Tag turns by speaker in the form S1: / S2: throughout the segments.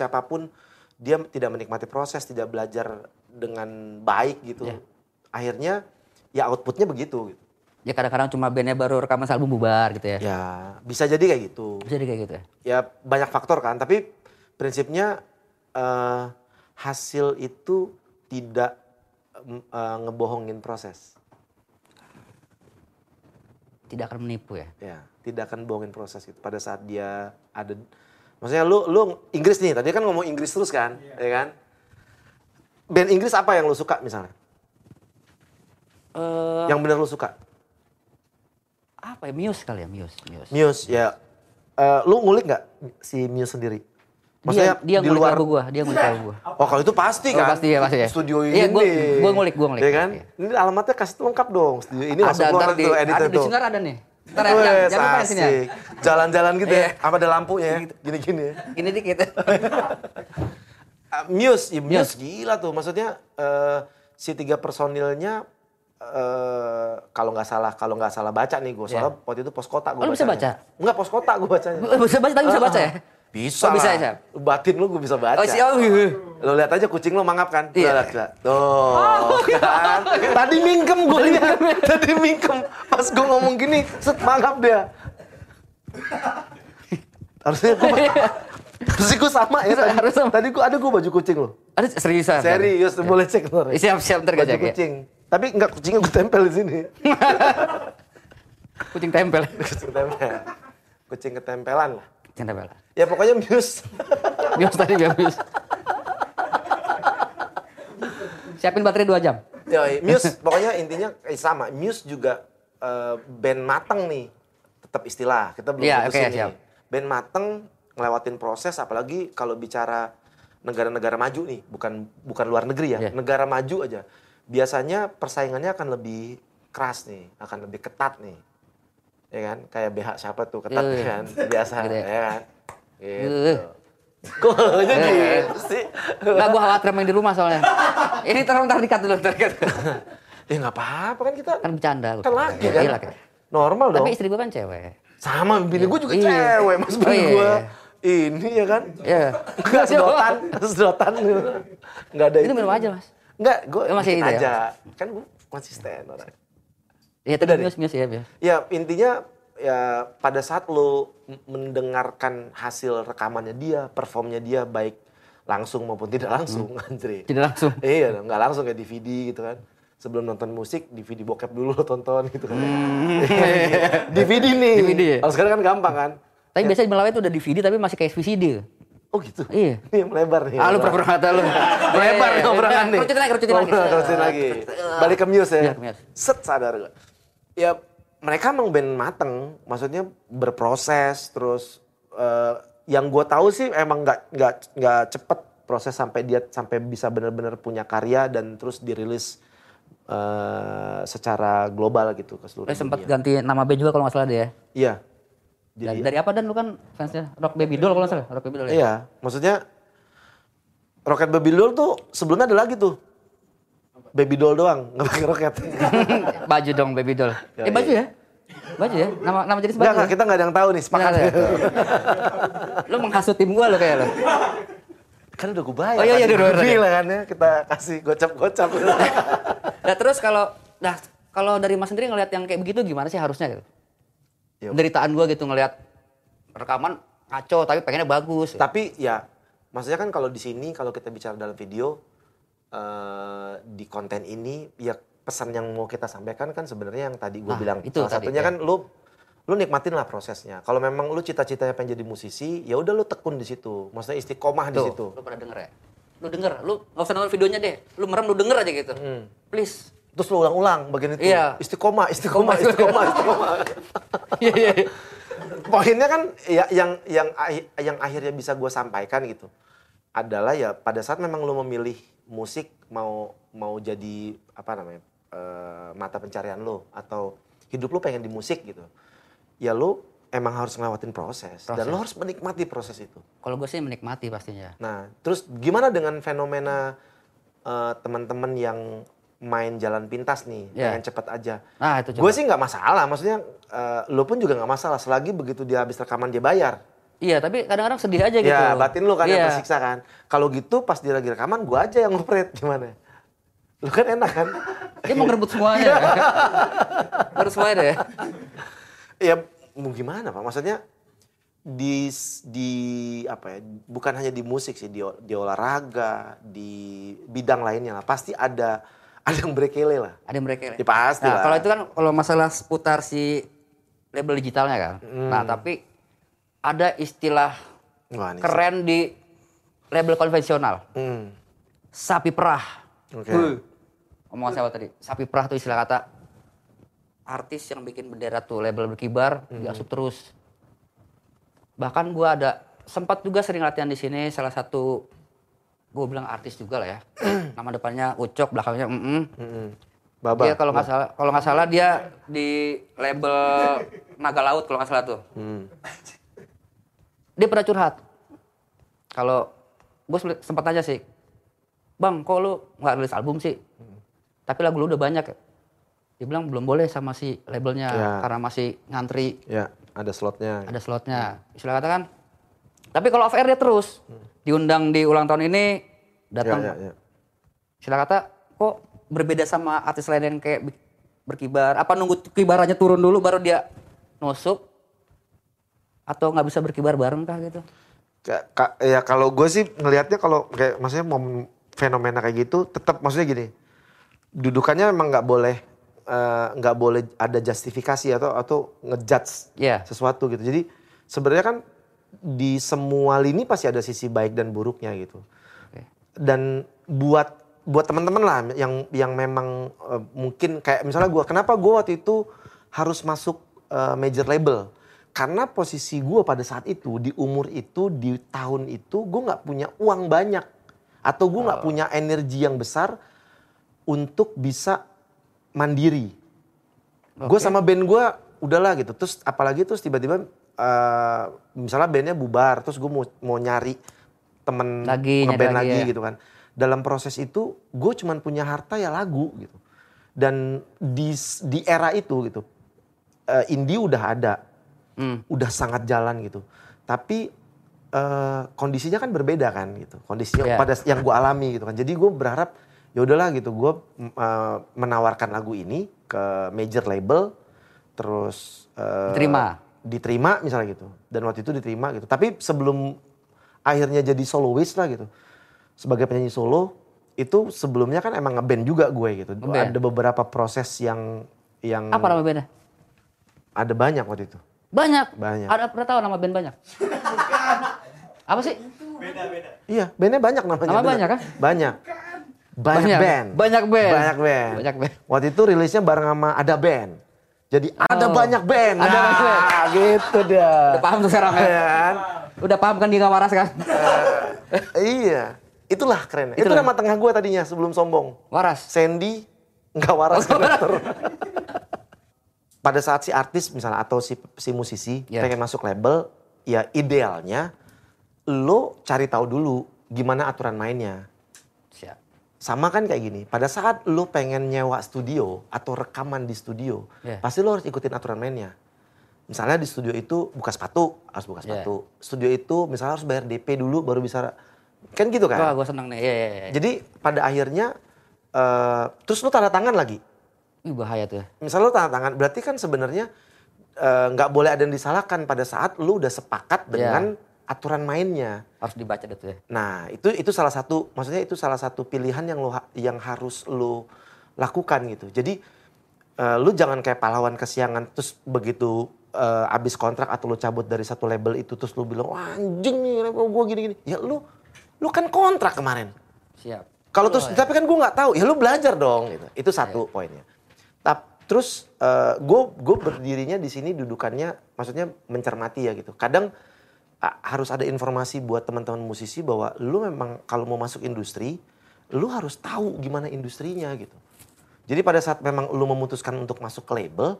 S1: siapapun dia tidak menikmati proses, tidak belajar dengan baik gitu.
S2: Iya.
S1: Akhirnya ya outputnya begitu gitu.
S2: Ya kadang-kadang cuma bandnya baru rekaman album bubar gitu ya.
S1: Ya bisa jadi kayak gitu.
S2: Bisa jadi kayak gitu ya.
S1: Ya banyak faktor kan, tapi prinsipnya eh, hasil itu tidak em, eh, ngebohongin proses.
S2: Tidak akan menipu ya.
S1: Ya, tidak akan bohongin proses gitu. Pada saat dia ada maksudnya lu lu Inggris nih, tadi kan ngomong Inggris terus kan, ya kan? Band Inggris apa yang lu suka misalnya?
S2: Eh
S1: Yang bener lu suka?
S2: apa ya Muse kali ya Muse Muse.
S1: Muse ya. Eh, lu ngulik nggak si Muse sendiri? Maksudnya
S2: dia, dia
S1: di
S2: ngulik
S1: luar.
S2: lagu gua, dia ngulik lagu gua.
S1: Oh kalau itu pasti
S2: Oh,
S1: kan.
S2: pasti ya, pasti ya.
S1: Studio ini.
S2: Iya, gua- gua ngulik, gua ngulik.
S1: Iya kan?
S2: Iya.
S1: Ini alamatnya kasih tuh lengkap dong. Studio ini masuk
S2: ada
S1: keluar
S2: ntar di,
S1: tuh editor
S2: ada di
S1: tuh.
S2: sini ada nih. Ntar ya, jangan,
S1: Wes,
S2: jangan lupa Iya. Gitu. ya sini ya.
S1: asik. Jalan-jalan gitu ya. Apa ada lampunya ya? Gini-gini ya.
S2: Ini dikit.
S1: Ah, Muse, ya, Muse gila tuh. Maksudnya eh, si tiga personilnya eh kalau nggak salah kalau nggak salah baca nih gue soalnya waktu itu pos kota gue
S2: Oh, lu bisa
S1: nggak pos kota gue bacanya
S2: bisa baca, tapi bisa baca ya?
S1: Ah, Bisa
S2: Oh, bisa,
S1: lah.
S2: bisa.
S1: Batin lu gue bisa baca.
S2: Oh, si, oh, iya.
S1: Lo lihat aja kucing lo mangap kan? Lo
S2: Iya. Oh,
S1: lihat gak? Tuh. kan? Tadi mingkem gue lihat. Tadi mingkem. Pas gue ngomong gini, set mangap dia. Harusnya gue Harusnya gue sama ya tadi.
S2: Harus sama.
S1: Tadi gue ada gue baju kucing lo.
S2: Ada seriusan. ntar.
S1: Serius, boleh cek ntar.
S2: Eh, Siap siap ntar gak
S1: Baju
S2: cek ya.
S1: kucing. Tapi enggak kucingnya gue tempel di sini.
S2: Kucing tempel.
S1: kucing tempel. Kucing ketempelan lah.
S2: Kucing tempel.
S1: Ya pokoknya Muse.
S2: Muse tadi dia Muse. Siapin baterai 2 jam.
S1: Yoi, Muse pokoknya intinya eh, sama. Muse juga eh, band mateng nih. Tetap istilah, kita belum
S2: Iya,
S1: putusin
S2: oke,
S1: nih.
S2: siap.
S1: Band mateng ngelewatin proses apalagi kalau bicara negara-negara maju nih, bukan bukan luar negeri ya.
S2: Iya.
S1: Negara maju aja. Biasanya persaingannya akan lebih keras nih, akan lebih ketat nih. Ya kan? Kayak BH siapa tuh ketat
S2: Iya, iya.
S1: kan? Biasa,
S2: Gitu ya.
S1: ya kan? Gitu.
S2: Eh.
S1: Kok jadi gitu sih?
S2: Nggak gua khawatir main di rumah soalnya. Ini ntar ntar dikat dulu ntar cut.
S1: Ya nggak apa-apa kan kita
S2: Kan bercanda. gua.
S1: kan laki
S2: Iya,
S1: kan?
S2: Iya laki.
S1: Normal dong.
S2: Tapi istri gua kan cewek.
S1: Sama bini gue juga
S2: Iya.
S1: cewek, mas bini
S2: Oh, iya,
S1: gue.
S2: iya.
S1: Ini ya kan?
S2: Iya.
S1: Enggak sedotan, sedotan. Enggak ada
S2: Itu minum aja mas.
S1: Enggak, gue
S2: Ya, masih itu ya?
S1: aja. Kan gue konsisten orang.
S2: Iya
S1: Udah
S2: tadi
S1: deh.
S2: mius mius ya mius.
S1: Ya intinya ya pada saat lo m- mendengarkan hasil rekamannya dia, performnya dia baik langsung maupun tidak langsung, Andre.
S2: Hmm. Tidak langsung.
S1: Iya, dong, nggak langsung kayak DVD gitu kan. Sebelum nonton musik, DVD bokep dulu lo tonton gitu kan.
S2: Hmm.
S1: DVD nih.
S2: DVD ya?
S1: Kalau sekarang kan gampang kan.
S2: Tapi biasanya di Melawi itu udah DVD tapi masih kayak VCD.
S1: Oh gitu?
S2: Iya.
S1: Ini yang melebar nih.
S2: Ah lu pura-pura kata lu.
S1: Melebar nih obrolan nih.
S2: iya, Eh, Kerucutin lagi, kerucutin lagi.
S1: Obrolan, kerucutin lagi. Balik ke Muse ya.
S2: Iya, ke Muse.
S1: Set sadar gue. Ya mereka emang band mateng. Maksudnya berproses terus. eh, yang gue tahu sih emang nggak nggak nggak cepet proses sampai dia sampai bisa benar-benar punya karya dan terus dirilis eh, secara global gitu ke seluruh
S2: Lu sempat
S1: dunia.
S2: Eh, ganti nama band juga kalau nggak salah deh ya.
S1: Iya.
S2: Dari, dari apa dan lu kan fansnya Rock Baby Doll kalau nggak salah. Rock Baby Doll. ya?
S1: Iya, maksudnya roket baby doll tuh sebelumnya ada lagi tuh. Baby doll doang, nggak pakai roket.
S2: baju dong Baby Doll.
S1: Ya,
S2: eh baju
S1: iya.
S2: ya? Baju ya? Nama nama jenis
S1: Enggak,
S2: baju.
S1: enggak,
S2: ya?
S1: kita nggak ada yang tahu nih, sepakat. ya?
S2: Nggak ada Lu menghasut tim gua lo kayak lo.
S1: kan udah gue bayar.
S2: Oh, iya, iya,
S1: tadi.
S2: udah, udah,
S1: Gua
S2: udah.
S1: bilang kan ya, kita kasih gocap-gocap.
S2: Nah terus kalau nah kalau dari Mas sendiri ngelihat yang kayak begitu gimana sih harusnya gitu?
S1: Iya.
S2: Penderitaan gua gitu ngelihat rekaman kacau tapi pengennya bagus.
S1: Tapi ya, maksudnya kan kalau di sini, kalau kita bicara dalam video, eh di konten ini, ya pesan yang mau kita sampaikan kan sebenarnya yang tadi gue
S2: Nah,
S1: bilang.
S2: itu
S1: Salah
S2: tadi,
S1: satunya
S2: ya.
S1: kan lu lu nikmatin lah prosesnya. Kalau memang lu cita-citanya pengen jadi musisi, ya udah lu tekun di situ. Maksudnya istiqomah di
S2: Tuh,
S1: situ.
S2: Lu pada denger ya? Lu denger, lu nggak usah nonton videonya deh. Lu merem lu denger aja gitu.
S1: Hmm.
S2: Please.
S1: Terus lo ulang-ulang bagian itu.
S2: Iya.
S1: Istiqomah, istiqomah, istiqomah, istiqomah.
S2: Iya iya.
S1: Poinnya kan ya, yang yang ahi- yang akhirnya bisa gue sampaikan gitu adalah ya pada saat memang lo memilih musik mau mau jadi apa namanya eh, mata pencarian lo atau hidup lo pengen di musik gitu ya lo emang harus ngelewatin proses, dan
S2: Proses.
S1: lo harus menikmati proses itu.
S2: Kalau gue sih menikmati pastinya.
S1: Nah terus gimana dengan fenomena eh, teman-teman yang main jalan pintas nih
S2: Iya.
S1: pengen cepet aja
S2: Nah itu
S1: Gue
S2: coba.
S1: sih nggak masalah, maksudnya eh, lo pun juga nggak masalah selagi begitu dia habis rekaman dia bayar.
S2: Iya, tapi kadang-kadang sedih aja gitu.
S1: Ya batin lu kan yang
S2: Iya.
S1: tersiksa kan. Kalau gitu pas di lagi rekaman gue aja yang ngopret gimana? Lu kan enak kan?
S2: Dia mau ngerebut semuanya. ya. Harus semuanya deh.
S1: ya mau gimana pak? Maksudnya di di apa ya? Bukan hanya di musik sih, di, ol- di olahraga, di bidang lainnya lah. Pasti ada ada yang brekele lah.
S2: Ada yang brekel.
S1: Ya pasti
S2: Nah,
S1: lah.
S2: kalau itu kan kalau masalah seputar si label digitalnya kan. Nah,
S1: Hmm.
S2: tapi ada istilah
S1: Wah, ini-
S2: keren di label konvensional.
S1: Hmm,
S2: Sapi perah.
S1: Oke.
S2: Huh. Omongan siapa tadi? Sapi perah tuh istilah kata artis yang bikin bendera tuh label berkibar
S1: Hmm.
S2: diasup terus. Bahkan gua ada sempat juga sering latihan di sini salah satu gue bilang artis juga lah ya. Nama depannya Ucok, belakangnya mm
S1: Mm-mm. Baba.
S2: Dia Iya, kalau nggak salah, kalau nggak salah dia di label Naga Laut kalau nggak salah tuh.
S1: Hmm.
S2: Dia pernah curhat. Kalau gue sempat aja sih, bang, kok lu nggak rilis album sih? Tapi lagu lu udah banyak. ya?" Dia bilang belum boleh sama si labelnya
S1: Ya.
S2: karena masih ngantri
S1: Ya ada slotnya.
S2: ada slotnya. Istilah kata kan. Tapi kalau off air dia terus diundang di ulang tahun ini
S1: Ya,
S2: datang
S1: ya, ya.
S2: Sila kata kok berbeda sama artis lain yang kayak bi- berkibar apa nunggu kibarannya turun dulu baru dia nusuk atau nggak bisa berkibar bareng kah gitu
S1: Ka- ka- ya kalau gue sih ngelihatnya kalau kayak maksudnya momen fenomena kayak gitu tetap maksudnya gini dudukannya emang nggak boleh eh, nggak boleh ada justifikasi atau atau ngejudge
S2: Iya.
S1: sesuatu gitu jadi sebenarnya kan di semua lini pasti ada sisi baik dan buruknya gitu dan buat buat teman-teman lah yang yang memang eh, mungkin kayak misalnya gua kenapa gua waktu itu harus masuk eh, major label karena posisi gua pada saat itu di umur itu di tahun itu gua nggak punya uang banyak atau gua nggak punya energi yang besar untuk bisa mandiri gue sama band gue udahlah gitu terus apalagi terus tiba-tiba eh, misalnya bandnya bubar terus gue mau mau nyari temen
S2: Lagi, nyari
S1: ngeband
S2: lagi
S1: lagi,
S2: ya.
S1: gitu kan dalam proses itu gue cuman punya harta ya lagu gitu dan di di era itu gitu eh, indie udah ada
S2: Hmm.
S1: udah sangat jalan gitu. Tapi eh, kondisinya kan berbeda kan gitu. Kondisinya
S2: Iya.
S1: pada yang gue alami gitu kan. Jadi gue berharap ya udahlah gitu. Gue menawarkan lagu ini ke major label, terus eh,
S2: Diterima.
S1: diterima misalnya gitu. Dan waktu itu diterima gitu. Tapi sebelum akhirnya jadi soloist lah gitu. Sebagai penyanyi solo itu sebelumnya kan emang ngeband juga gue gitu. Ada
S2: Ngeband.
S1: beberapa proses yang yang
S2: apa nama bandnya
S1: ada banyak waktu itu.
S2: banyak
S1: Banyak.
S2: ada pernah tahu nama band banyak apa sih
S1: Iya, bandnya banyak namanya.
S2: Nama
S1: bener.
S2: banyak kan?
S1: Banyak. Banyak,
S2: Banyak.
S1: band.
S2: Banyak band.
S1: Banyak band.
S2: Banyak band.
S1: Waktu itu rilisnya bareng sama ada band. Jadi ada
S2: Oh.
S1: banyak band. Nah,
S2: Ada banyak band.
S1: gitu dah.
S2: udah paham tuh sekarang ya
S1: Iya kan?
S2: udah paham kan dia nggak waras kan
S1: iya. Itulah keren. Itu
S2: Itulah.
S1: nama tengah gue tadinya sebelum sombong.
S2: waras
S1: Sandy nggak waras
S2: Nggak waras.
S1: karakter. Pada saat si artis misalnya atau si si musisi
S2: Iya.
S1: pengen masuk label, ya idealnya lo cari tahu dulu gimana aturan mainnya.
S2: siap
S1: sama kan kayak gini. Pada saat lu pengen nyewa studio atau rekaman di studio,
S2: Iya.
S1: pasti lu harus ikutin aturan mainnya. Misalnya di studio itu buka sepatu, harus buka
S2: Iya.
S1: sepatu. Studio itu misalnya harus bayar DP dulu baru bisa kan gitu
S2: wah
S1: kan.
S2: gue seneng nih Iya, iya, iya.
S1: Jadi pada akhirnya eh, terus lu tanda tangan lagi.
S2: Ih, bahaya tuh ya.
S1: Misalnya lu tanda tangan, berarti kan sebenarnya eh, nggak boleh ada yang disalahkan pada saat lu udah sepakat
S2: Iya.
S1: dengan aturan mainnya.
S2: harus dibaca deh tuh ya
S1: Nah, itu itu salah satu maksudnya itu salah satu pilihan yang lo ha- yang harus lo lakukan gitu. Jadi eh, lu jangan kayak pahlawan kesiangan terus begitu eh, abis kontrak atau lu cabut dari satu label itu terus lu bilang "Wah, anjing nih label gua gini-gini. Ya lu lu kan kontrak kemarin.
S2: siap
S1: Kalau terus tapi kan gue nggak tahu, ya lu belajar dong gitu. Itu satu poinnya. Tap, terus gue gue berdirinya di sini dudukannya maksudnya mencermati ya gitu. Kadang a- harus ada informasi buat teman-teman musisi bahwa lu memang kalau mau masuk industri, lu harus tahu gimana industrinya gitu. Jadi pada saat memang lu memutuskan untuk masuk ke label,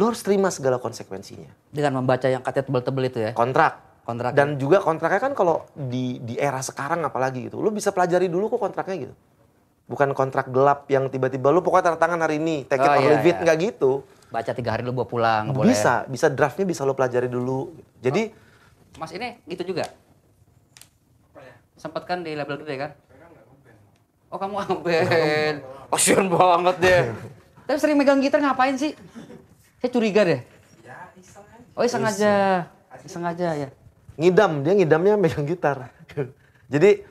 S1: lu harus terima segala konsekuensinya.
S2: dengan membaca yang katanya tebel-tebel itu ya
S1: Kontrak
S2: kontrak ya.
S1: dan juga kontraknya kan kalau di di era sekarang apalagi gitu, lu bisa pelajari dulu kok kontraknya gitu. Bukan kontrak gelap yang tiba-tiba lu pokoknya tanda tangan hari ini, take it or
S2: Oh, iya,
S1: leave it
S2: iya.
S1: nggak gitu.
S2: baca tiga hari lu bawa pulang nggak boleh ya.
S1: Bisa, bisa draftnya bisa lu pelajari dulu. Gitu. Jadi
S2: Mas ini gitu juga. Sempat kan di label gede kan? Oh kamu ngeband. Passion banget deh. Tapi sering megang gitar ngapain sih? Saya curiga deh. Oh iseng aja. Iseng aja ya.
S1: ngidam dia ngidamnya megang gitar jadi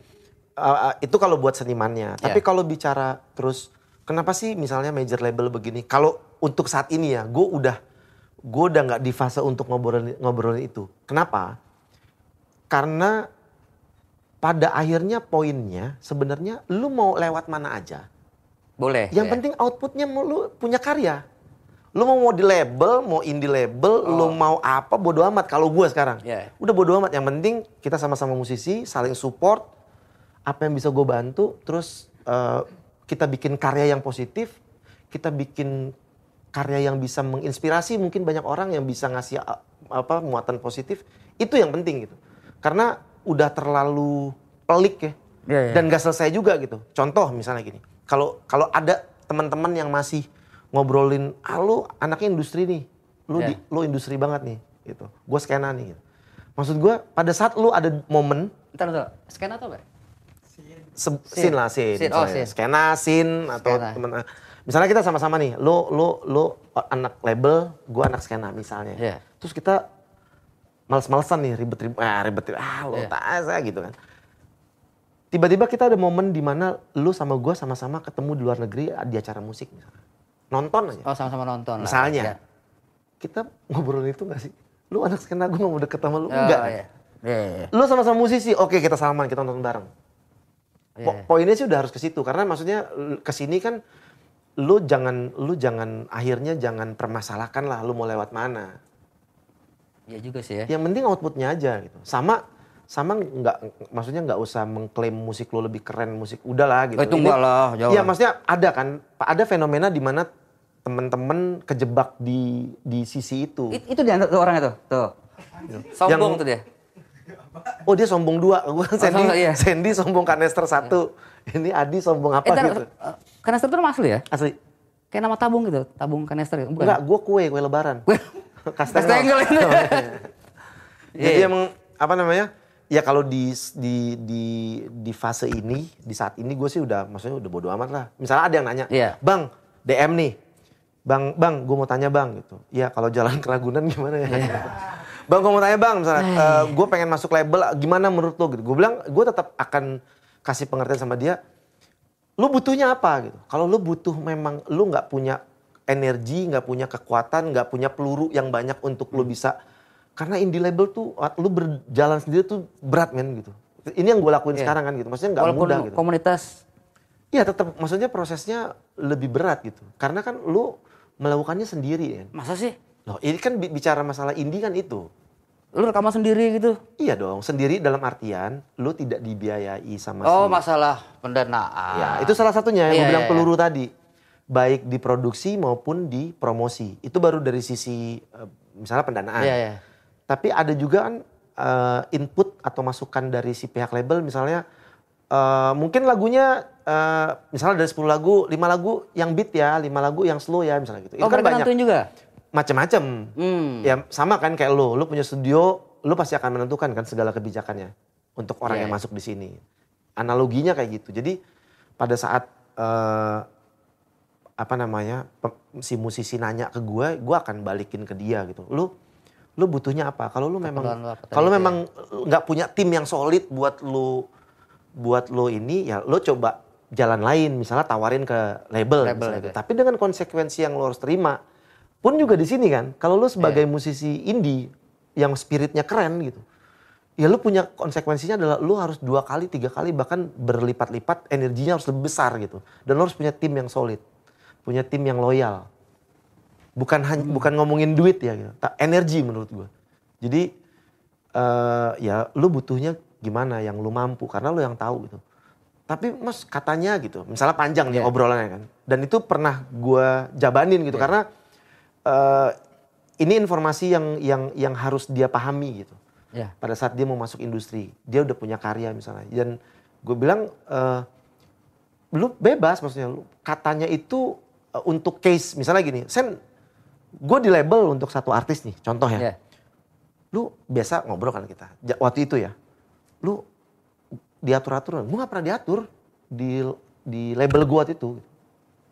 S1: uh, uh, itu kalau buat senimannya tapi
S2: Iya.
S1: kalau bicara terus kenapa sih misalnya major label begini kalau untuk saat ini ya gue udah gue udah nggak di fase untuk ngobrolin ngobrolin itu kenapa karena pada akhirnya poinnya sebenarnya lu mau lewat mana aja
S2: Boleh.
S1: yang
S2: ya.
S1: penting outputnya mau lu punya karya lu mau mau di label mau indie label lu
S2: Oh.
S1: mau apa bodo amat kalau gue sekarang
S2: Iya.
S1: udah bodo amat yang penting kita sama-sama musisi saling support apa yang bisa gue bantu terus eh, kita bikin karya yang positif kita bikin karya yang bisa menginspirasi mungkin banyak orang yang bisa ngasih eh, apa muatan positif itu yang penting gitu karena udah terlalu pelik ya
S2: Iya, iya.
S1: dan nggak selesai juga gitu contoh misalnya gini kalau kalau ada teman-teman yang masih ngobrolin ah lu anaknya industri nih lu di
S2: Iya.
S1: lu industri banget nih gitu gue skena nih gitu. maksud gue pada saat lu ada momen
S2: Ntar, ntar. Scan atau apa?
S1: se-
S2: Scene.
S1: scene lah scene,
S2: Scene, oh,
S1: misalnya.
S2: scene.
S1: skena scene atau
S2: Skena.
S1: temen eh, misalnya kita sama-sama nih lu lu lu anak label gue anak skena misalnya
S2: Iya.
S1: terus kita males-malesan nih ribet-ribet ah ribet ah lu
S2: Iya.
S1: tak ah, saya gitu kan tiba-tiba kita ada momen di mana lu sama gue sama-sama ketemu di luar negeri ah, di acara musik misalnya nonton Iya. aja
S2: Oh sama-sama nonton lah.
S1: Misalnya.
S2: Ya.
S1: kita ngobrol itu gak sih lu anak skena gue mau deket sama lu
S2: Oh,
S1: enggak kan?
S2: iya. Iya, iya, iya.
S1: lu sama-sama musisi oke kita salaman kita nonton bareng
S2: Iya,
S1: Po-
S2: iya.
S1: poinnya sih udah harus ke situ karena maksudnya l- ke sini kan lu jangan lu jangan akhirnya jangan permasalahkan lah lu mau lewat mana
S2: Iya juga sih ya.
S1: yang penting outputnya aja gitu sama sama nggak maksudnya nggak usah mengklaim musik lu lebih keren musik udahlah gitu
S2: Oh, itu
S1: Ini-
S2: enggak lah, jauh
S1: iya
S2: lah.
S1: maksudnya ada kan ada fenomena di mana temen-temen kejebak di di sisi itu
S2: It- itu dia tuh orang itu. Tuh. Sombong
S1: Yang-
S2: tuh dia.
S1: oh dia sombong dua gua Sandy
S2: sombong, iya.
S1: Sandy sombong kanester satu ini Adi sombong apa
S2: Eh, ntar,
S1: gitu
S2: eh, kanister itu nama asli ya?
S1: asli
S2: Kayak nama tabung gitu, tabung kanister gitu. Bukan.
S1: Enggak, gue kue, kue lebaran.
S2: Kastengel ini.
S1: Jadi
S2: Iya.
S1: emang, apa namanya, ya kalau di, di, di, di fase ini, di saat ini gue sih udah, maksudnya udah bodo amat lah. Misalnya ada yang nanya,
S2: Iya.
S1: Bang, DM nih. Bang, bang, gue mau tanya bang gitu. Ya kalau jalan keragunan gimana ya?
S2: Iya.
S1: bang, gue mau tanya bang,
S2: Nah,
S1: misalnya, gue pengen masuk label, gimana menurut lo gitu? Gue bilang, gue tetap akan kasih pengertian sama dia. Lu butuhnya apa gitu? Kalau lu butuh memang lu nggak punya energi, nggak punya kekuatan, nggak punya peluru yang banyak untuk lu
S2: Hmm.
S1: bisa. Karena indie label tuh, lu berjalan sendiri tuh berat men gitu. Ini yang gue lakuin
S2: Iya.
S1: sekarang kan gitu. Maksudnya nggak
S2: Walaupun
S1: mudah gitu.
S2: komunitas
S1: Iya tetap, maksudnya prosesnya lebih berat gitu. Karena kan lu melakukannya sendiri kan.
S2: masa sih?
S1: Loh, ini kan bi- bicara masalah indie kan itu.
S2: Lu rekaman sendiri gitu.
S1: Iya dong, sendiri dalam artian lu tidak dibiayai sama
S2: Oh,
S1: si-
S2: masalah pendanaan.
S1: Ya, itu salah satunya yang
S2: Ah. Iya,
S1: gua bilang
S2: iya,
S1: peluru tadi. Baik di produksi maupun di promosi. Itu baru dari sisi eh, misalnya pendanaan.
S2: Iya, iya.
S1: Tapi ada juga kan eh, input atau masukan dari si pihak label misalnya eh, mungkin lagunya eh, misalnya dari 10 lagu, 5 lagu yang beat ya, 5 lagu yang slow ya misalnya gitu.
S2: Oh, mereka nentuin juga?
S1: macam-macam.
S2: Hmm.
S1: Ya sama kan kayak lo, lo punya studio, lo pasti akan menentukan kan segala kebijakannya untuk orang
S2: Iya.
S1: yang masuk di sini. Analoginya kayak gitu. Jadi pada saat eh, apa namanya pe- si musisi nanya ke gue, gue akan balikin ke dia gitu. Lo lo butuhnya apa? Kalau lo memang
S2: Keperluan lo apa tadi
S1: kalau
S2: itu ya?
S1: memang nggak punya tim yang solid buat lo buat lo ini ya lo coba jalan lain misalnya tawarin ke label,
S2: Label
S1: misalnya
S2: itu
S1: gitu.
S2: ya.
S1: tapi dengan konsekuensi yang lo harus terima pun juga di sini kan kalau lo sebagai musisi indie yang spiritnya keren gitu ya lo punya konsekuensinya adalah lo harus dua kali tiga kali bahkan berlipat-lipat energinya harus lebih besar gitu dan lo harus punya tim yang solid punya tim yang loyal bukan hanya bukan ngomongin duit ya gitu. Ta- energi menurut gua jadi eh, ya lu butuhnya gimana yang lu mampu karena lu yang tahu gitu tapi mas katanya gitu misalnya panjang nih
S2: Iya.
S1: obrolannya kan dan itu pernah gua jabanin gitu karena eh, ini informasi yang yang yang harus dia pahami gitu
S2: Iya.
S1: pada saat dia mau masuk industri dia udah punya karya misalnya dan gue bilang eh, lu bebas maksudnya lu katanya itu eh, untuk case misalnya gini sen gue di label untuk satu artis nih contoh ya
S2: Iya.
S1: lu biasa ngobrol kan kita Ja- waktu itu ya lu diatur atur gue nggak pernah diatur di di label gue waktu itu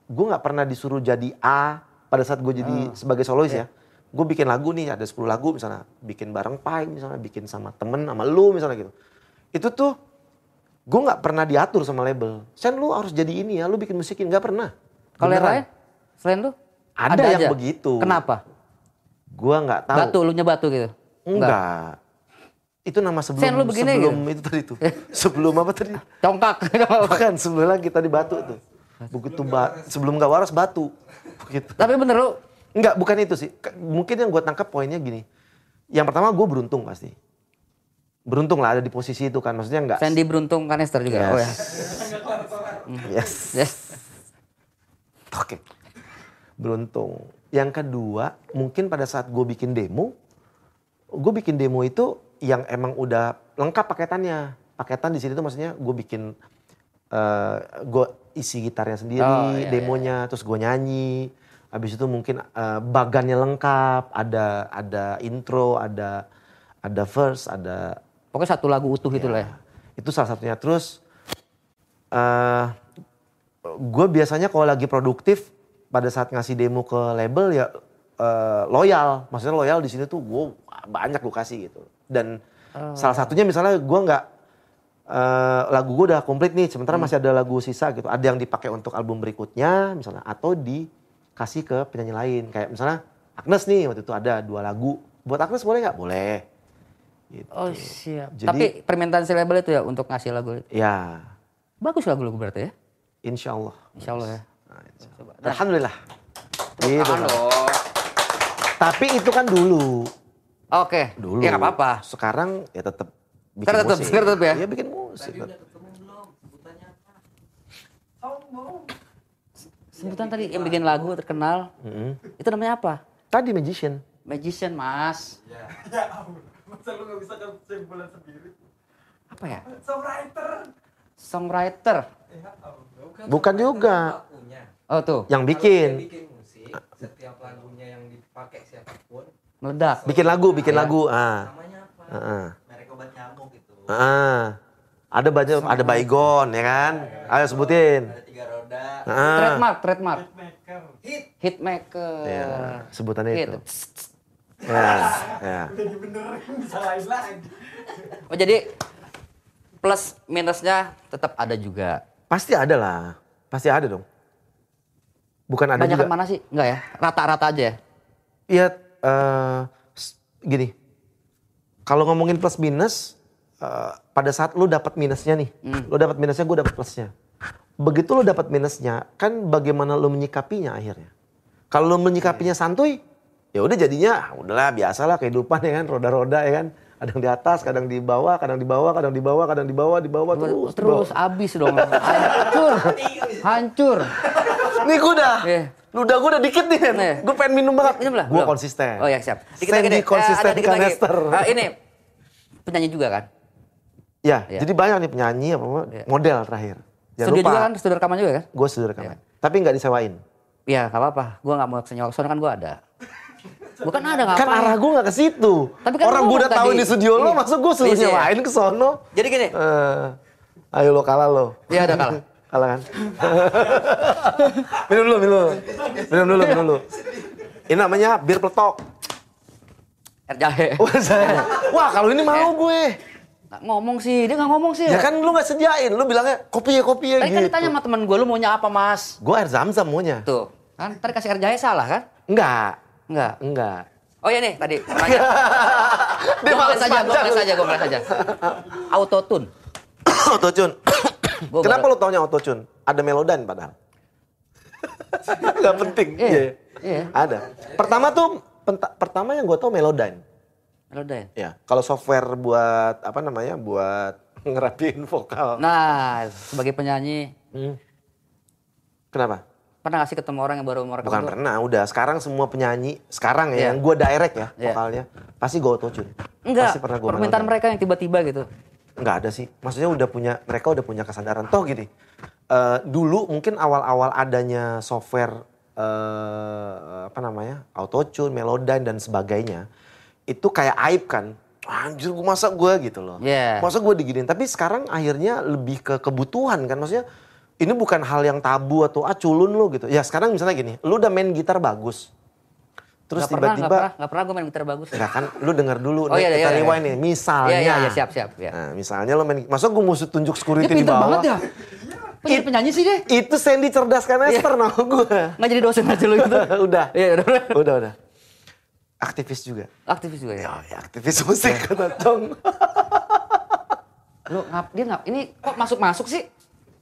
S1: gue nggak pernah disuruh jadi A pada saat gue jadi sebagai solois ya gue bikin lagu nih ada 10 lagu misalnya bikin bareng Pai misalnya bikin sama temen sama lu misalnya gitu itu tuh gue nggak pernah diatur sama label Sen lu harus jadi ini ya lu bikin musikin nggak pernah
S2: Kalau yang
S1: Beneran.
S2: lain, selain lu?
S1: Ada yang
S2: aja.
S1: begitu.
S2: Kenapa?
S1: Gua nggak tahu.
S2: Batu, lu nyebatu gitu?
S1: Enggak. Itu nama sebelum
S2: Sen, lu begini gitu?
S1: sebelum itu tadi tuh. sebelum apa tadi? Kan,
S2: Congkak.
S1: Bukan sebelum lagi tadi batu tuh. Begitu ba- sebelum gak waras batu. Begitu.
S2: Tapi bener lu,
S1: Enggak, bukan itu sih. Ke- Mungkin yang gue tangkap poinnya gini. Yang pertama gue beruntung pasti. Beruntung lah ada di posisi itu kan. Maksudnya enggak.
S2: Sandy beruntung kanester
S1: Yes.
S2: juga. Oh ya.
S1: Yes.
S2: Yes.
S1: Oke. Beruntung. Yang kedua, mungkin pada saat gue bikin demo, gue bikin demo itu yang emang udah lengkap paketannya. Paketan di sini tuh maksudnya gue bikin, gue isi gitarnya sendiri,
S2: Oh, iya,
S1: demonya, terus gue nyanyi. Habis itu mungkin eh, bagannya lengkap, ada ada intro, ada ada verse, ada
S2: Pokoknya satu lagu utuh gitu lah ya.
S1: itu salah satunya. Terus eh gue biasanya kalau lagi produktif pada saat ngasih demo ke label ya eh, loyal. Maksudnya loyal di sini tuh gue banyak gue kasih gitu. Dan salah satunya misalnya gue nggak eh, lagu gue udah komplit nih, sementara masih ada lagu sisa gitu. Ada yang dipakai untuk album berikutnya misalnya atau dikasih ke penyanyi lain. Kayak misalnya Agnes nih waktu itu ada dua lagu. Buat Agnes boleh nggak? Boleh. Gitu.
S2: Oh siap.
S1: Jadi-
S2: Tapi permintaan si label itu ya untuk ngasih lagu.
S1: Ya,
S2: Bagus lagu-lagu berarti ya.
S1: insya Allah.
S2: Insya Allah ya.
S1: Nah, insya Allah. Alhamdulillah. Gitu.
S2: Tahan dong.
S1: Tapi itu kan dulu.
S2: Oke.
S1: Dulu.
S2: Ya nggak apa-apa.
S1: Sekarang ya tetap bikin
S2: Sekarang tetap-
S1: musik.
S2: sekarang tetap ya?
S1: Iya bikin musik.
S2: Sebutan tadi yang bikin lagu terkenal.
S1: Mm-mm.
S2: Itu namanya apa?
S1: Tadi magician.
S2: Magician mas.
S3: Ya ampun, masa lu gak bisa kesimpulan sendiri?
S2: Apa ya?
S3: Songwriter!
S2: Songwriter.
S3: Ya ampun.
S1: Bukan juga.
S3: Lagunya.
S2: Oh tuh.
S1: Yang
S3: Kalau
S1: bikin.
S3: dia bikin musik, setiap lagunya yang dipakai siapapun,
S2: Meledak.
S1: Bikin lagu, bikin
S2: Iya.
S1: lagu. Ah.
S3: namanya apa?
S1: Heeh.
S3: Merek obat nyamuk gitu.
S1: Ah. Ada banyak, ada baygon ya kan? Ayo sebutin.
S3: Ada tiga roda.
S1: Ah.
S2: Trademark, trademark.
S3: Maker. Hit!
S2: Hitmaker.
S1: Ya, sebutannya
S2: Gitu.
S1: itu. Ya, ya.
S3: Jadi benerin, salahin lagi.
S2: Oh jadi plus minusnya tetap ada juga.
S1: Pasti ada lah. Pasti ada dong. Bukan ada
S2: Banyak
S1: juga.
S2: mana sih? Enggak ya? Rata-rata aja ya?
S1: Iya, eh, s- gini. Kalau ngomongin plus minus, eh, pada saat lu dapat minusnya nih,
S2: Hmm.
S1: lu dapat minusnya, gue dapat plusnya. Begitu lu dapat minusnya, kan bagaimana lu menyikapinya akhirnya? Kalau lu
S2: Iya.
S1: menyikapinya santuy, ya udah jadinya ah, udahlah biasalah kehidupan ya kan, roda-roda ya kan. Kadang di atas, kadang di bawah, kadang di bawah, kadang di bawah, kadang di bawah, di bawah terus.
S2: terus, abis dong. Hancur. Hancur.
S1: Nih gue udah,
S2: Iya.
S1: ludah gue udah dikit
S2: Iya.
S1: nih. Gue pengen minum banget.
S2: Minum lah.
S1: Gue
S2: belum?
S1: konsisten.
S2: Oh ya siap.
S1: Sandy
S2: deh. Eh,
S1: konsisten
S2: ada dikit lagi.
S1: kanester.
S2: Eh, ini penyanyi juga kan?
S1: Ya,
S2: Iya.
S1: jadi banyak nih penyanyi apa apa,
S2: Iya.
S1: model terakhir. Jangan
S2: studio
S1: Ya, lupa,
S2: juga kan, studio rekaman juga kan?
S1: gue sudah rekaman. Tapi nggak disewain.
S2: Ya gak apa-apa, gue gak mau senyawa kesana kan gue ada. Bukan ada gak
S1: Kan
S2: apa-apa.
S1: arah gue nggak ke situ.
S2: ya? Tapi kan
S1: Orang
S2: lu
S1: gue udah
S2: ngomong
S1: tahu
S2: tadi.
S1: di studio lo,
S2: Iya.
S1: masa gue suruh
S2: Iya, iya.
S1: nyewain ke sono.
S2: Jadi gini,
S1: Eh, ayo lo kalah lo.
S2: Iya, udah kalah.
S1: Kalah kan? minum dulu, minum dulu. Minum dulu, minum dulu. Ini namanya bir peletok.
S2: R. Jahe.
S1: Wah, saya- Wah, kalau ini
S2: Eh.
S1: mau gue.
S2: Nggak ngomong sih, dia gak ngomong sih.
S1: Ya kan lu nggak sediain, lu bilangnya kopi ya kopi ya
S2: Tadi kan
S1: gitu.
S2: ditanya sama temen gue, lu maunya apa mas?
S1: Gue air zam-zam maunya.
S2: Tuh, kan tadi kasih R. Jahe salah kan?
S1: Enggak,
S2: Enggak.
S1: enggak.
S2: Oh ya nih tadi, tanya. gue
S1: males
S2: ngeles aja,
S1: panjang.
S2: gue ngeles aja, gue ngeles aja. Autotune.
S1: autotune.
S2: Gua
S1: Kenapa
S2: baru-
S1: lu taunya autotune? Ada melodan padahal. Gak penting.
S2: Iya,
S1: Iya.
S2: iya.
S1: Ada. Pertama tuh penta- pertama yang gue tau melodan.
S2: Meloda ya?
S1: Ya. Kalau software buat apa namanya? Buat ngerapiin vokal.
S2: Nah, sebagai penyanyi,
S1: Hmm. Kenapa?
S2: pernah gak sih ketemu orang yang baru mau rekam
S1: Bukan
S2: tuh?
S1: pernah, udah sekarang semua penyanyi sekarang
S2: Iya.
S1: ya yang gue direct ya
S2: Iya.
S1: vokalnya pasti gue autotune.
S2: Enggak,
S1: Pasti pernah gue
S2: permintaan mereka yang tiba-tiba gitu.
S1: nggak ada sih. Maksudnya udah punya mereka udah punya kesadaran. Toh gini, eh, dulu mungkin awal-awal adanya software eh, apa namanya autotune, melodan dan sebagainya itu kayak aib kan. Anjir gua masa gue gitu loh.
S2: Iya.
S1: Masa gue diginiin. Tapi sekarang akhirnya lebih ke kebutuhan kan. Maksudnya ini bukan hal yang tabu atau ah culun lo gitu. Ya sekarang misalnya gini, lu udah main gitar bagus. Terus
S2: Nggak pernah, nggak
S1: tiba-tiba,
S2: pernah, nggak pernah gue main gitar bagus.
S1: Enggak kan, lu denger dulu. nih,
S2: Oh, iya, iya,
S1: kita
S2: iya.
S1: rewind nih, misalnya.
S2: Iya, iya, iya, siap, siap, iya.
S1: Nah, misalnya lo main, masa gue mesti tunjuk
S2: Dia
S1: security di
S2: pinter
S1: bawah.
S2: banget ya. Penyanyi, penyanyi sih deh.
S1: Itu Sandy cerdas kan
S2: Iya.
S1: Esther, nama gue.
S2: Nggak jadi dosen aja lu gitu.
S1: udah,
S2: Iya, udah.
S1: udah, udah. Aktivis juga.
S2: Aktivis juga ya.
S1: Ya, ya aktivis musik
S2: Iya.
S1: kata Tong.
S2: Lu ngap, dia ngap, ini kok masuk-masuk sih?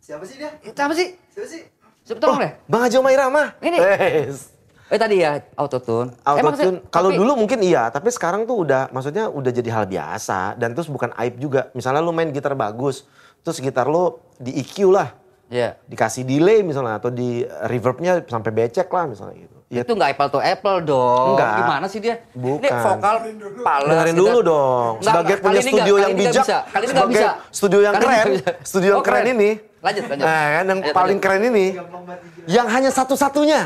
S3: Siapa sih dia?
S2: Itu apa sih?
S3: Siapa sih?
S2: Siapa
S1: Oh.
S2: tolong deh.
S1: Bang Haji Oma Irama.
S2: Ini.
S1: Wes.
S2: Eh tadi ya, autotune. Emang sih,
S1: Autotune, kalau
S2: tapi-
S1: dulu mungkin iya, tapi sekarang tuh udah, maksudnya udah jadi hal biasa. Dan terus bukan aib juga. Misalnya lu main gitar bagus, terus gitar lu di EQ lah.
S2: Iya.
S1: Dikasih delay misalnya, atau di reverbnya sampai becek lah misalnya gitu. Ya
S2: Itu nggak apple to apple dong.
S1: Enggak.
S2: Gimana sih dia?
S1: Bukan.
S2: Ini vokal pales.
S1: Dengerin
S2: gitu.
S1: dulu dong.
S2: Nggak,
S1: sebagai
S2: nggak,
S1: punya
S2: kali ini
S1: studio
S2: nggak,
S1: yang
S2: kali ini nggak
S1: bijak.
S2: bisa. Kali ini nggak
S1: sebagai
S2: bisa.
S1: studio yang
S2: Kali ini
S1: keren.
S2: nggak bisa.
S1: Studio yang
S2: Oh,
S1: keren. ini.
S2: Lanjut, lanjut.
S1: Nah, kan yang
S2: Lanjut,
S1: paling
S2: lanjut.
S1: keren ini.
S3: Gampang banget digila.
S1: Yang hanya satu-satunya.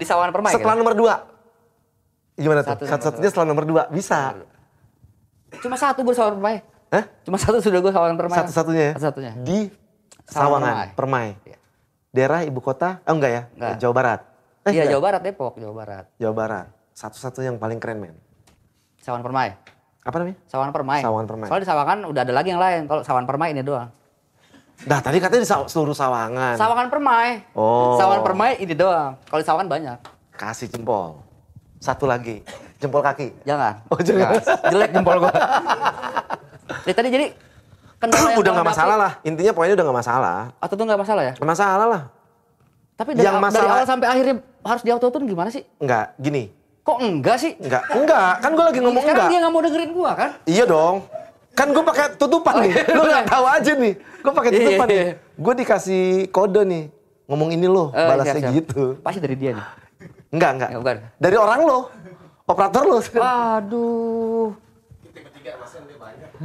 S2: Di sawan permai
S1: setelah nomor dua. Gimana tuh?
S2: Satu-
S1: Satu-satunya setelah nomor dua. Bisa.
S2: kan? Cuma satu gue sawan permai.
S1: Hah?
S2: Cuma satu sudah gue sawan permai.
S1: Satu-satunya ya?
S2: Satu-satunya.
S1: Di
S2: Sawangan.
S1: Sawangan, Permai.
S2: Iya.
S1: Daerah ibu kota? Oh enggak ya?
S2: Enggak.
S1: Jawa Barat. Eh,
S2: Iya,
S1: enggak.
S2: Jawa Barat, Depok, Jawa Barat.
S1: Jawa Barat. Satu-satunya yang paling keren, men.
S2: Sawan permai.
S1: Apa namanya?
S2: Sawan permai.
S1: Sawan Permai.
S2: Soalnya di Sawangan udah ada lagi yang lain. Kalau Sawan permai ini doang.
S1: Nah, tadi katanya di Saw- seluruh Sawangan.
S2: Sawangan permai.
S1: Anu. Oh.
S2: Sawan permai ini doang. Kalau di Sawangan banyak.
S1: Kasih jempol. Satu lagi. Jempol kaki.
S2: Jangan.
S1: Oh, jangan.
S2: Ya Jelek jempol gua. Jadi tadi jadi kendala yang
S1: udah
S2: gua
S1: nggak masalah
S2: hadapi-
S1: lah. Intinya poinnya udah nggak masalah.
S2: Atau tuh nggak masalah ya?
S1: Nggak Masalah lah.
S2: Tapi dari,
S1: Yang
S2: aw- dari
S1: masalah-
S2: awal sampai akhirnya harus di autotune gimana sih?
S1: Enggak, gini.
S2: Kok enggak sih?
S1: Enggak, enggak. Kan gue lagi ngomong
S2: Sekarang
S1: enggak.
S2: dia nggak mau dengerin gua kan?
S1: Iya dong. Kan gue pakai tutupan nih. Lo nggak tahu aja nih. Gue pakai
S2: Oh, Iya,
S1: tutupan
S2: iya,
S1: nih.
S2: iya.
S1: Gue dikasih kode nih. Ngomong ini loh,
S2: Eh,
S1: balasnya
S2: siap, siap.
S1: gitu.
S2: Pasti dari dia nih.
S1: Enggak, enggak.
S2: Ya, bukan.
S1: Dari orang lo. Operator lo.
S2: Oh, Waduh.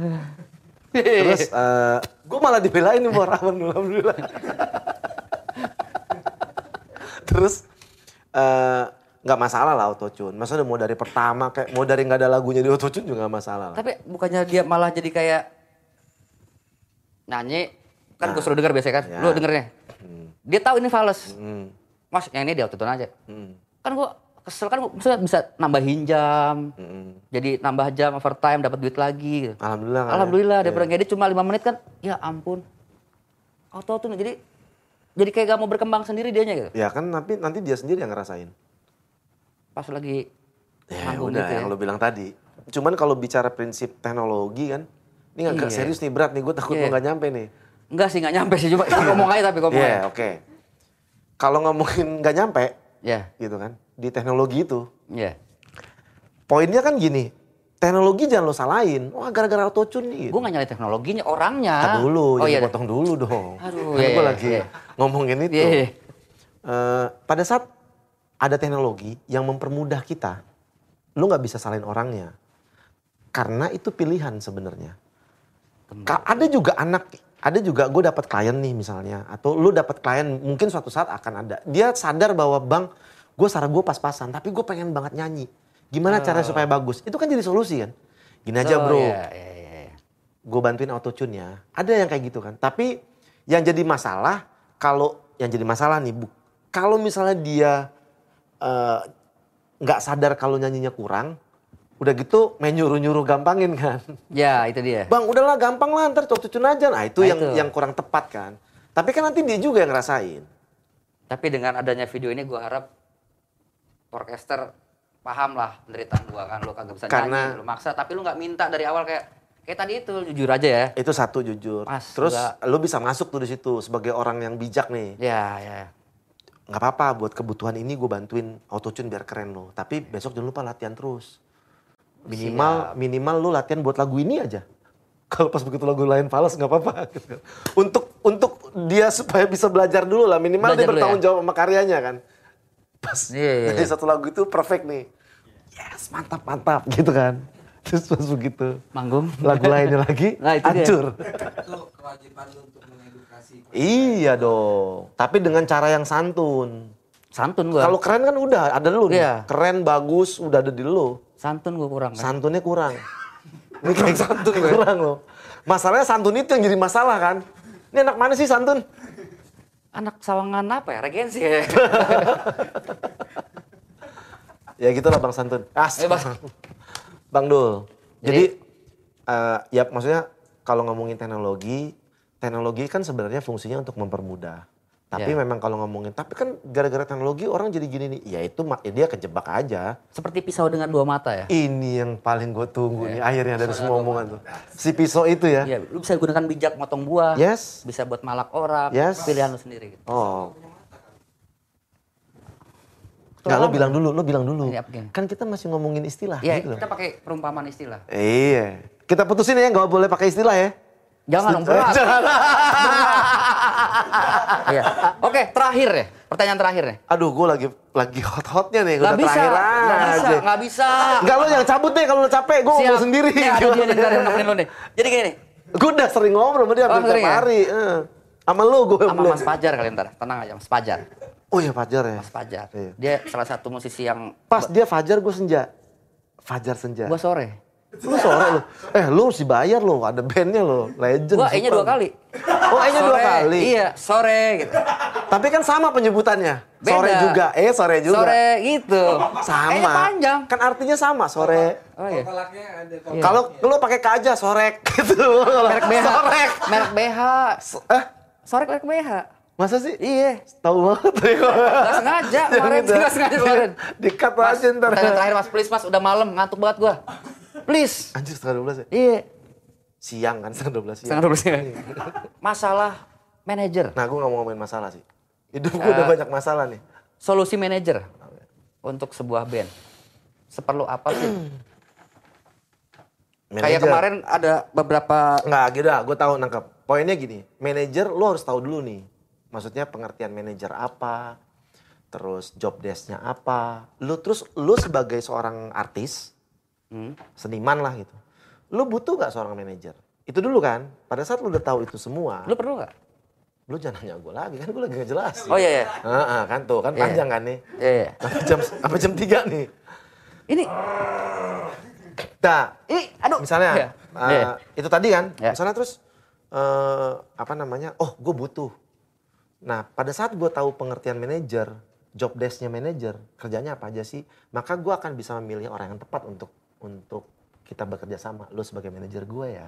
S1: Terus eh gue malah dibelain nih Bor. Aman, alhamdulillah. Terus eh, nggak masalah lah autotune. Maksudnya mau dari pertama kayak mau dari nggak ada lagunya di autotune juga nggak masalah. Lah.
S2: Tapi bukannya dia malah jadi kayak nyanyi kan gue suruh denger biasanya kan.
S1: Ya.
S2: Lu dengernya. Dia tahu ini fals.
S1: Hmm,
S2: Mas, yang ini dia autotune aja.
S1: hmm,
S2: Kan gua kesel kan gua maksudnya bisa nambahin jam.
S1: hmm.
S2: Jadi nambah jam overtime dapat duit lagi gitu.
S1: Alhamdulillah. kan ya.
S2: Alhamdulillah
S1: Iya.
S2: daripada ngedit cuma lima menit kan. Ya ampun. Auto tuh jadi jadi kayak gak mau berkembang sendiri dianya gitu.
S1: Ya kan nanti nanti dia sendiri yang ngerasain.
S2: Pas lagi
S1: Ya
S2: manggung
S1: udah
S2: gitu ya.
S1: yang lo bilang tadi. Cuman kalau bicara prinsip teknologi kan, ini agak
S2: Iya.
S1: serius nih berat nih gue takut
S2: Iya.
S1: lo nggak nyampe nih.
S2: Enggak sih, nggak nyampe sih. Cuma ngomong aja tapi
S1: Iya
S2: ngomong aja.
S1: oke. Kalau ngomongin nggak nyampe
S2: Ya,
S1: gitu kan di teknologi itu,
S2: ya.
S1: poinnya kan gini, teknologi jangan lo salahin. Wah gara-gara autotune nih.
S2: Gue
S1: Gitu.
S2: gak nyari teknologinya, orangnya.
S1: Ntar dulu,
S2: oh,
S1: jangan
S2: iya.
S1: potong dulu dong.
S2: Aduh,
S1: Kan
S2: iya,
S1: gue
S2: iya,
S1: lagi
S2: iya.
S1: ngomongin itu.
S2: Iya, iya.
S1: Eh, pada saat ada teknologi yang mempermudah kita, lu nggak bisa salin orangnya. Karena itu pilihan sebenarnya. Ka- Ada juga anak, ada juga gue dapat klien nih misalnya, atau lu dapat klien mungkin suatu saat akan ada. Dia sadar bahwa bang, gue saran gue pas-pasan, tapi gue pengen banget nyanyi. Gimana caranya supaya bagus? Itu kan jadi solusi kan? Gini aja
S2: Ah. Oh,
S1: bro,
S2: Iya, iya, iya, iya.
S1: gue bantuin autotune ya. Ada yang kayak gitu kan. Tapi yang jadi masalah kalau yang jadi masalah nih, bu, kalau misalnya dia eh, nggak sadar kalau nyanyinya kurang, udah gitu main nyuruh-nyuruh gampangin kan.
S2: Ya, itu dia.
S1: Bang udahlah gampang lah ntar autotune aja. Nah itu
S2: Nah,
S1: yang
S2: itu.
S1: yang kurang tepat kan. Tapi kan nanti dia juga yang ngerasain.
S2: Tapi dengan adanya video ini gue harap orkester paham lah penderitaan gue kan. Lo kagak bisa
S1: Karena-
S2: nyanyi, lo maksa. Tapi lo gak minta dari awal kayak, kayak tadi itu, jujur aja ya.
S1: Itu satu jujur.
S2: Pas,
S1: Terus
S2: nggak-
S1: lu bisa masuk tuh di situ sebagai orang yang bijak nih.
S2: Ya, ya.
S1: nggak apa-apa buat kebutuhan ini gue bantuin autotune biar keren lo. Tapi
S2: Iya.
S1: besok jangan lupa latihan terus. Minimal minimal lo latihan buat lagu ini aja. Kalau pas begitu lagu lain falas nggak apa-apa. gitu. Untuk untuk dia supaya bisa belajar dulu lah minimal dia
S2: Belajar dulu
S1: bertanggung
S2: ya?
S1: jawab sama karyanya kan. Pas
S2: Iya, iya,
S1: dari
S2: iya.
S1: satu lagu itu perfect nih. Yes mantap mantap gitu kan. Terus pas begitu
S2: Manggung.
S1: lagu lainnya lagi
S2: Nah, itu dia.
S1: hancur.
S3: Itu kewajiban lu untuk mengedukasi.
S1: Iya dong. Tapi dengan cara yang santun.
S2: Santun gue.
S1: Kalau keren kan udah ada lu nih.
S2: Iya.
S1: Keren, bagus, udah ada di lu.
S2: Santun gue kurang kan.
S1: santunnya kurang. Ini kayak santun kurang loh. Masalahnya santun itu yang jadi masalah kan. Ini anak mana sih santun?
S2: Anak sawangan apa ya? Regensi ya.
S1: Ya gitulah Bang Santun. As.
S2: Eh, Bang.
S1: Bang Dul. Jadi,
S2: Jadi-
S1: eh, ya maksudnya kalau ngomongin teknologi, teknologi kan sebenarnya fungsinya untuk mempermudah. Tapi
S2: Ya.
S1: memang kalau ngomongin, tapi kan gara-gara teknologi orang jadi gini nih. Ya itu ma- ya dia kejebak aja.
S2: Seperti pisau dengan dua mata ya.
S1: Ini yang paling gue tunggu nih akhirnya dari semua omongan tuh. Si pisau itu ya.
S2: Iya, lu bisa gunakan bijak motong buah.
S1: Yes.
S2: Bisa buat malak orang.
S1: Yes.
S2: Pilihan lu sendiri. gitu.
S1: Oh. Nggak, lo bilang dulu, lo bilang dulu.
S2: Ini apa gini?
S1: Kan kita masih ngomongin istilah
S2: Iya,
S1: gitu loh.
S2: kita pakai perumpamaan istilah.
S1: Iya. Kita putusin ya, nggak boleh pakai istilah ya.
S2: Jangan dong, berat. Iya. Oke, terakhir ya. Pertanyaan terakhir nih.
S1: Aduh, gue lagi lagi hot-hotnya nih.
S2: Gak
S1: Udah
S2: bisa,
S1: terakhir
S2: gak bisa,
S1: aja.
S2: gak bisa.
S1: Enggak, lo yang cabut deh kalau lo capek. Gue ngomong
S2: Siap.
S1: sendiri.
S2: Nih, ada dia nih, ntar yang nemenin lu nih. Jadi gini nih,
S1: Gue udah sering ngobrol sama dia
S2: Oh,
S1: hampir tiap
S2: sering ya?
S1: hari. eh. Sama lo gue
S2: sama
S1: belum.
S2: Mas Pajar kalian ntar. Tenang aja, Mas Pajar.
S1: Oh iya Fajar ya.
S2: Mas Pajar.
S1: Iya.
S2: Dia salah satu musisi yang
S1: Pas dia Fajar, gue senja. Fajar senja.
S2: gua sore.
S1: Lu sore lu. Eh, lu mesti bayar lo. Ada bandnya lo. Legend.
S2: Gua E-nya dua
S1: Super.
S2: kali.
S1: Oh, E-nya dua
S2: Sore,
S1: kali.
S2: Iya, sore gitu.
S1: Tapi kan sama penyebutannya.
S2: Beda.
S1: Sore juga. Eh, sore juga.
S2: Sore gitu.
S1: Sama.
S2: E-nya panjang.
S1: Kan artinya sama, sore.
S2: Oh iya.
S3: Kolaknya ada kolak.
S1: Kalau lu pakai K aja, sorek gitu.
S2: Merek BH.
S1: Sorek.
S2: Merek BH.
S1: So- eh,
S2: Sore merek BH.
S1: masa sih?
S2: Iya.
S1: Tahu banget. Gitu. Gak
S2: Gak sengaja kemarin, gak sengaja kemarin.
S1: Dikat
S2: Mas,
S1: aja ntar.
S2: pertanyaan terakhir mas, please mas, udah malam, ngantuk banget gua. Please.
S1: Anjir, setengah 12 ya?
S2: Iya.
S1: Siang kan, setengah 12 siang.
S2: Setengah dua belas ya. Masalah manajer,
S1: Nah, gue gak mau ngomongin masalah sih. Hidup gue udah
S2: Eh.
S1: banyak masalah nih.
S2: solusi manajer untuk sebuah band. Seperlu apa sih?
S1: Manajer.
S2: Kayak kemarin ada beberapa
S1: Nggak, gitu dah, gue tahu nangkep. Poinnya gini, manajer lo harus tahu dulu nih. Maksudnya pengertian manajer apa, terus job desk-nya apa. Lu terus lu sebagai seorang artis,
S2: Hmm.
S1: seniman lah gitu. Lu butuh nggak seorang manajer? Itu dulu kan. Pada saat lu udah tahu itu semua,
S2: Lu perlu nggak?
S1: lu jangan nanya gue lagi kan gue lagi ngejelasin.
S2: Oh iya, iya.
S1: Heeh, kan tuh kan
S2: Iya.
S1: panjang kan nih.
S2: Iya, iya.
S1: Sampai jam sampai jam 3 nih.
S2: Ini,
S1: Nah,
S2: ini, aduh.
S1: misalnya
S2: Iya.
S1: eh,
S2: Iya.
S1: itu tadi kan
S2: Iya.
S1: misalnya terus eh, apa namanya oh gue butuh nah pada saat gue tahu pengertian manajer job desk-nya manajer kerjanya apa aja sih maka gue akan bisa memilih orang yang tepat untuk untuk kita bekerja sama lu sebagai manajer gue ya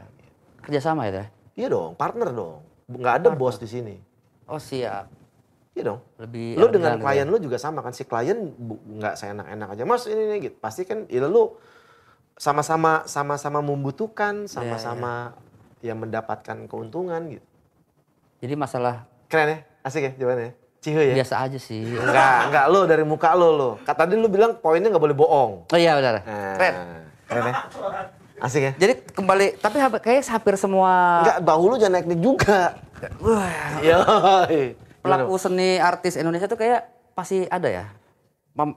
S2: Kerjasama ya, Teh?
S1: iya dong partner dong nggak ada bos di sini
S2: Oh siap.
S1: iya dong
S2: Lebih
S1: lu dengan
S2: elegan,
S1: klien lu juga sama kan si klien bu- nggak seenak-enak aja mas ini, ini gitu pasti kan ya lu sama-sama sama-sama membutuhkan
S2: Iya,
S1: sama-sama yang mendapatkan keuntungan gitu
S2: Jadi masalah
S1: keren ya asik ya jawabannya cihu ya
S2: biasa aja Iya, sih.
S1: enggak enggak lo dari muka lo lo kata tadi lu bilang poinnya nggak boleh bohong
S2: Oh iya
S1: Nah,
S2: benar. Keren.
S1: keren ya asik ya
S2: Jadi kembali, tapi hap- kayaknya hampir semua
S1: enggak bahu lu jangan naik naik juga
S2: Wah,
S1: Yoi.
S2: pelaku seni artis Indonesia tuh kayak pasti ada ya. Mem-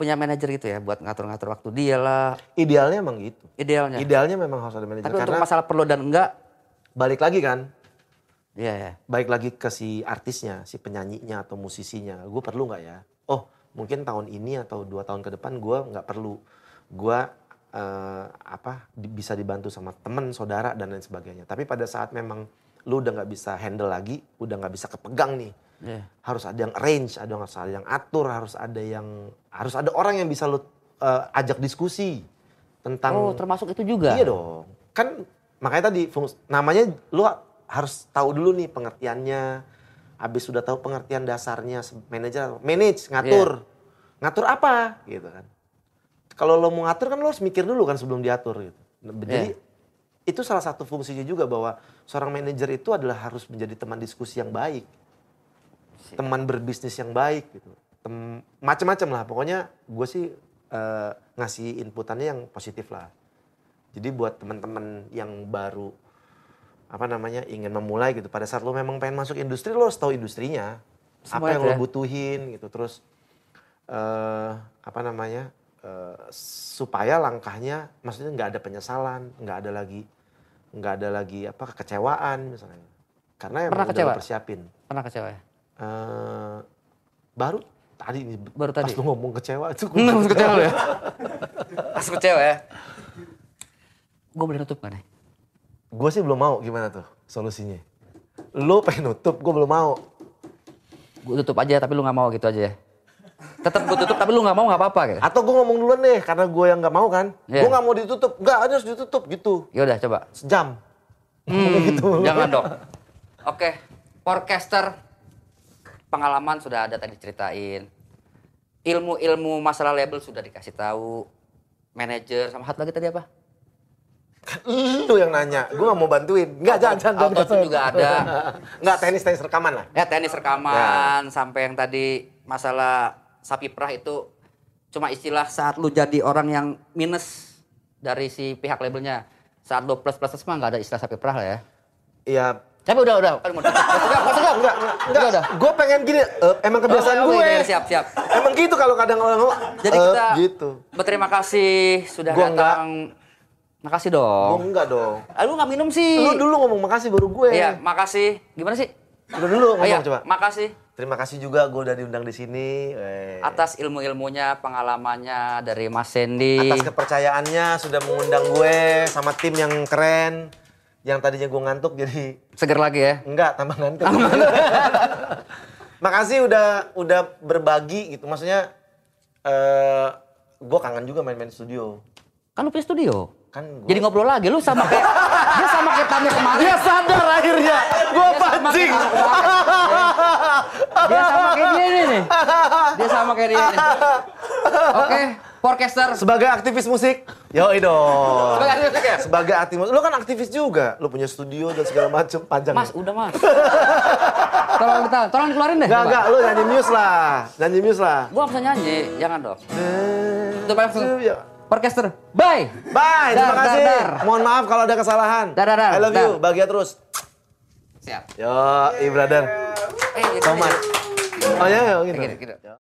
S2: punya manajer gitu ya buat ngatur-ngatur waktu dia lah
S1: idealnya emang gitu
S2: idealnya.
S1: idealnya memang harus ada manajer
S2: Iya. tapi untuk
S1: karena
S2: masalah perlu dan enggak,
S1: balik lagi kan
S2: iya ya.
S1: baik lagi ke si artisnya, si penyanyinya atau musisinya, gue perlu nggak ya? Oh, mungkin tahun ini atau dua tahun ke depan gue nggak perlu, gue eh, apa di- bisa dibantu sama temen, saudara dan lain sebagainya. Tapi pada saat memang lu udah nggak bisa handle lagi, udah nggak bisa kepegang nih,
S2: Iya.
S1: harus ada yang arrange, ada yang harus ada yang atur, harus ada yang harus ada orang yang bisa lu eh, ajak diskusi tentang
S2: Oh, termasuk itu juga.
S1: Iya dong. Kan makanya tadi fungs- namanya lu ha- harus tahu dulu nih pengertiannya. Habis sudah tahu pengertian dasarnya se- manajer manage ngatur. Ngatur apa gitu kan. Kalau lo mau ngatur kan lo harus mikir dulu kan sebelum diatur gitu. Nah, Jadi itu salah satu fungsinya juga bahwa seorang manajer itu adalah harus menjadi teman diskusi yang baik. Teman berbisnis yang baik gitu. Tem- Macam-macam lah pokoknya gue sih eh, ngasih inputannya yang positif lah. Jadi buat teman-teman yang baru apa namanya ingin memulai gitu pada saat lo memang pengen masuk industri lo harus tahu industrinya apa
S2: Semua
S1: yang
S2: itu
S1: lo
S2: ya.
S1: butuhin gitu terus eh apa namanya eh, supaya langkahnya maksudnya nggak ada penyesalan nggak ada lagi nggak ada lagi apa kekecewaan misalnya karena
S2: Pernah
S1: emang udah
S2: kecewa?
S1: lo persiapin
S2: Pernah kecewa ya?
S1: Eh, baru tadi nih
S2: Baru
S1: pas
S2: tadi?
S1: lo ngomong kecewa itu gue
S2: Enggak, kecewa lu ya. Masuk cewek ya. Gue boleh nutup gak nih?
S1: Gue sih belum mau gimana tuh solusinya. Lu pengen nutup, gue belum mau.
S2: Gue tutup aja tapi lu gak mau gitu aja ya. Tetap gue tutup tapi lu gak mau gak apa-apa gitu.
S1: Atau gue ngomong duluan deh, karena gue yang nggak mau kan.
S2: Iya.
S1: Gue nggak mau ditutup, nggak harus ditutup gitu.
S2: Yaudah Ya coba.
S1: Sejam.
S2: Hmm, jangan dong. Oke, podcaster pengalaman sudah ada tadi ceritain. Ilmu-ilmu masalah label sudah dikasih tahu. Manajer sama satu lagi tadi apa?
S1: Kan Lu yang nanya, gue nggak mau bantuin. Nggak, jangan, jangan. jangan,
S2: Autotune
S1: jangan.
S2: juga ada.
S1: Nggak, tenis, tenis rekaman lah.
S2: Ya tenis rekaman sampai yang tadi masalah sapi perah itu cuma istilah saat lu jadi orang yang minus dari si pihak labelnya. Saat lu plus plus mah nggak ada istilah sapi perah lah ya.
S1: Iya.
S2: Tapi udah udah kan mau tutup.
S1: Enggak, maksudnya enggak, enggak, enggak.
S2: Udah, Oh, udah.
S1: Gue pengen gini, eh, emang kebiasaan
S2: Oke, oke,
S1: gue.
S2: oke, iya, siap siap.
S1: Emang gitu kalau kadang orang ngomong,
S2: Jadi
S1: eh,
S2: kita
S1: gitu.
S2: berterima kasih sudah
S1: Gua
S2: datang. Makasih dong.
S1: Gue enggak dong.
S2: Ah, Lu nggak minum sih.
S1: Lu dulu ngomong makasih baru gue.
S2: Iya, makasih. Gimana sih?
S1: Lu dulu
S2: Oh,
S1: ngomong
S2: iya,
S1: coba.
S2: Makasih
S1: Terima kasih juga gue udah diundang di sini. Eh,
S2: atas ilmu-ilmunya, pengalamannya dari Mas Sandy.
S1: atas kepercayaannya sudah mengundang gue sama tim yang keren. Yang tadinya gue ngantuk jadi
S2: Seger lagi ya.
S1: enggak tambah ngantuk. Makasih udah udah berbagi gitu. Maksudnya eh gue kangen juga main-main studio.
S2: Kan lu punya studio.
S1: Kan gue
S2: Jadi ngobrol lagi lu sama kayak dia sama kayak tamu kemarin.
S1: Dia sadar akhirnya. Gue
S2: Dia sama
S1: pancing.
S2: kayak tamu kemarin. Dia sama kayak dia ini nih. Dia sama kayak dia ini. Oke, podcaster.
S1: Sebagai aktivis musik, yo dong.
S2: Sebagai aktivis musik ya?
S1: Sebagai aktivis, lu kan aktivis juga. Lu punya studio dan segala macem panjang. ya?
S2: Mas, udah mas. tolong kita, tolong dikeluarin deh.
S1: Enggak,
S2: coba.
S1: enggak, lu nyanyi muse lah. Nyanyi muse lah.
S2: Gua nggak bisa nyanyi, jangan dong. Tutup aja langsung. Podcaster, bye.
S1: ya. Bye, terima
S2: Dar, dar,
S1: kasih.
S2: dar.
S1: Mohon maaf kalau ada kesalahan.
S2: Dar, dar, dar,
S1: I love you,
S2: dar.
S1: bahagia terus.
S2: Siap.
S1: Yo, i brother.
S2: Eh, gitu,
S1: So much.
S2: gitu.
S1: Oh ya, ya, gitu.
S2: Gitu, gitu.
S1: Yo.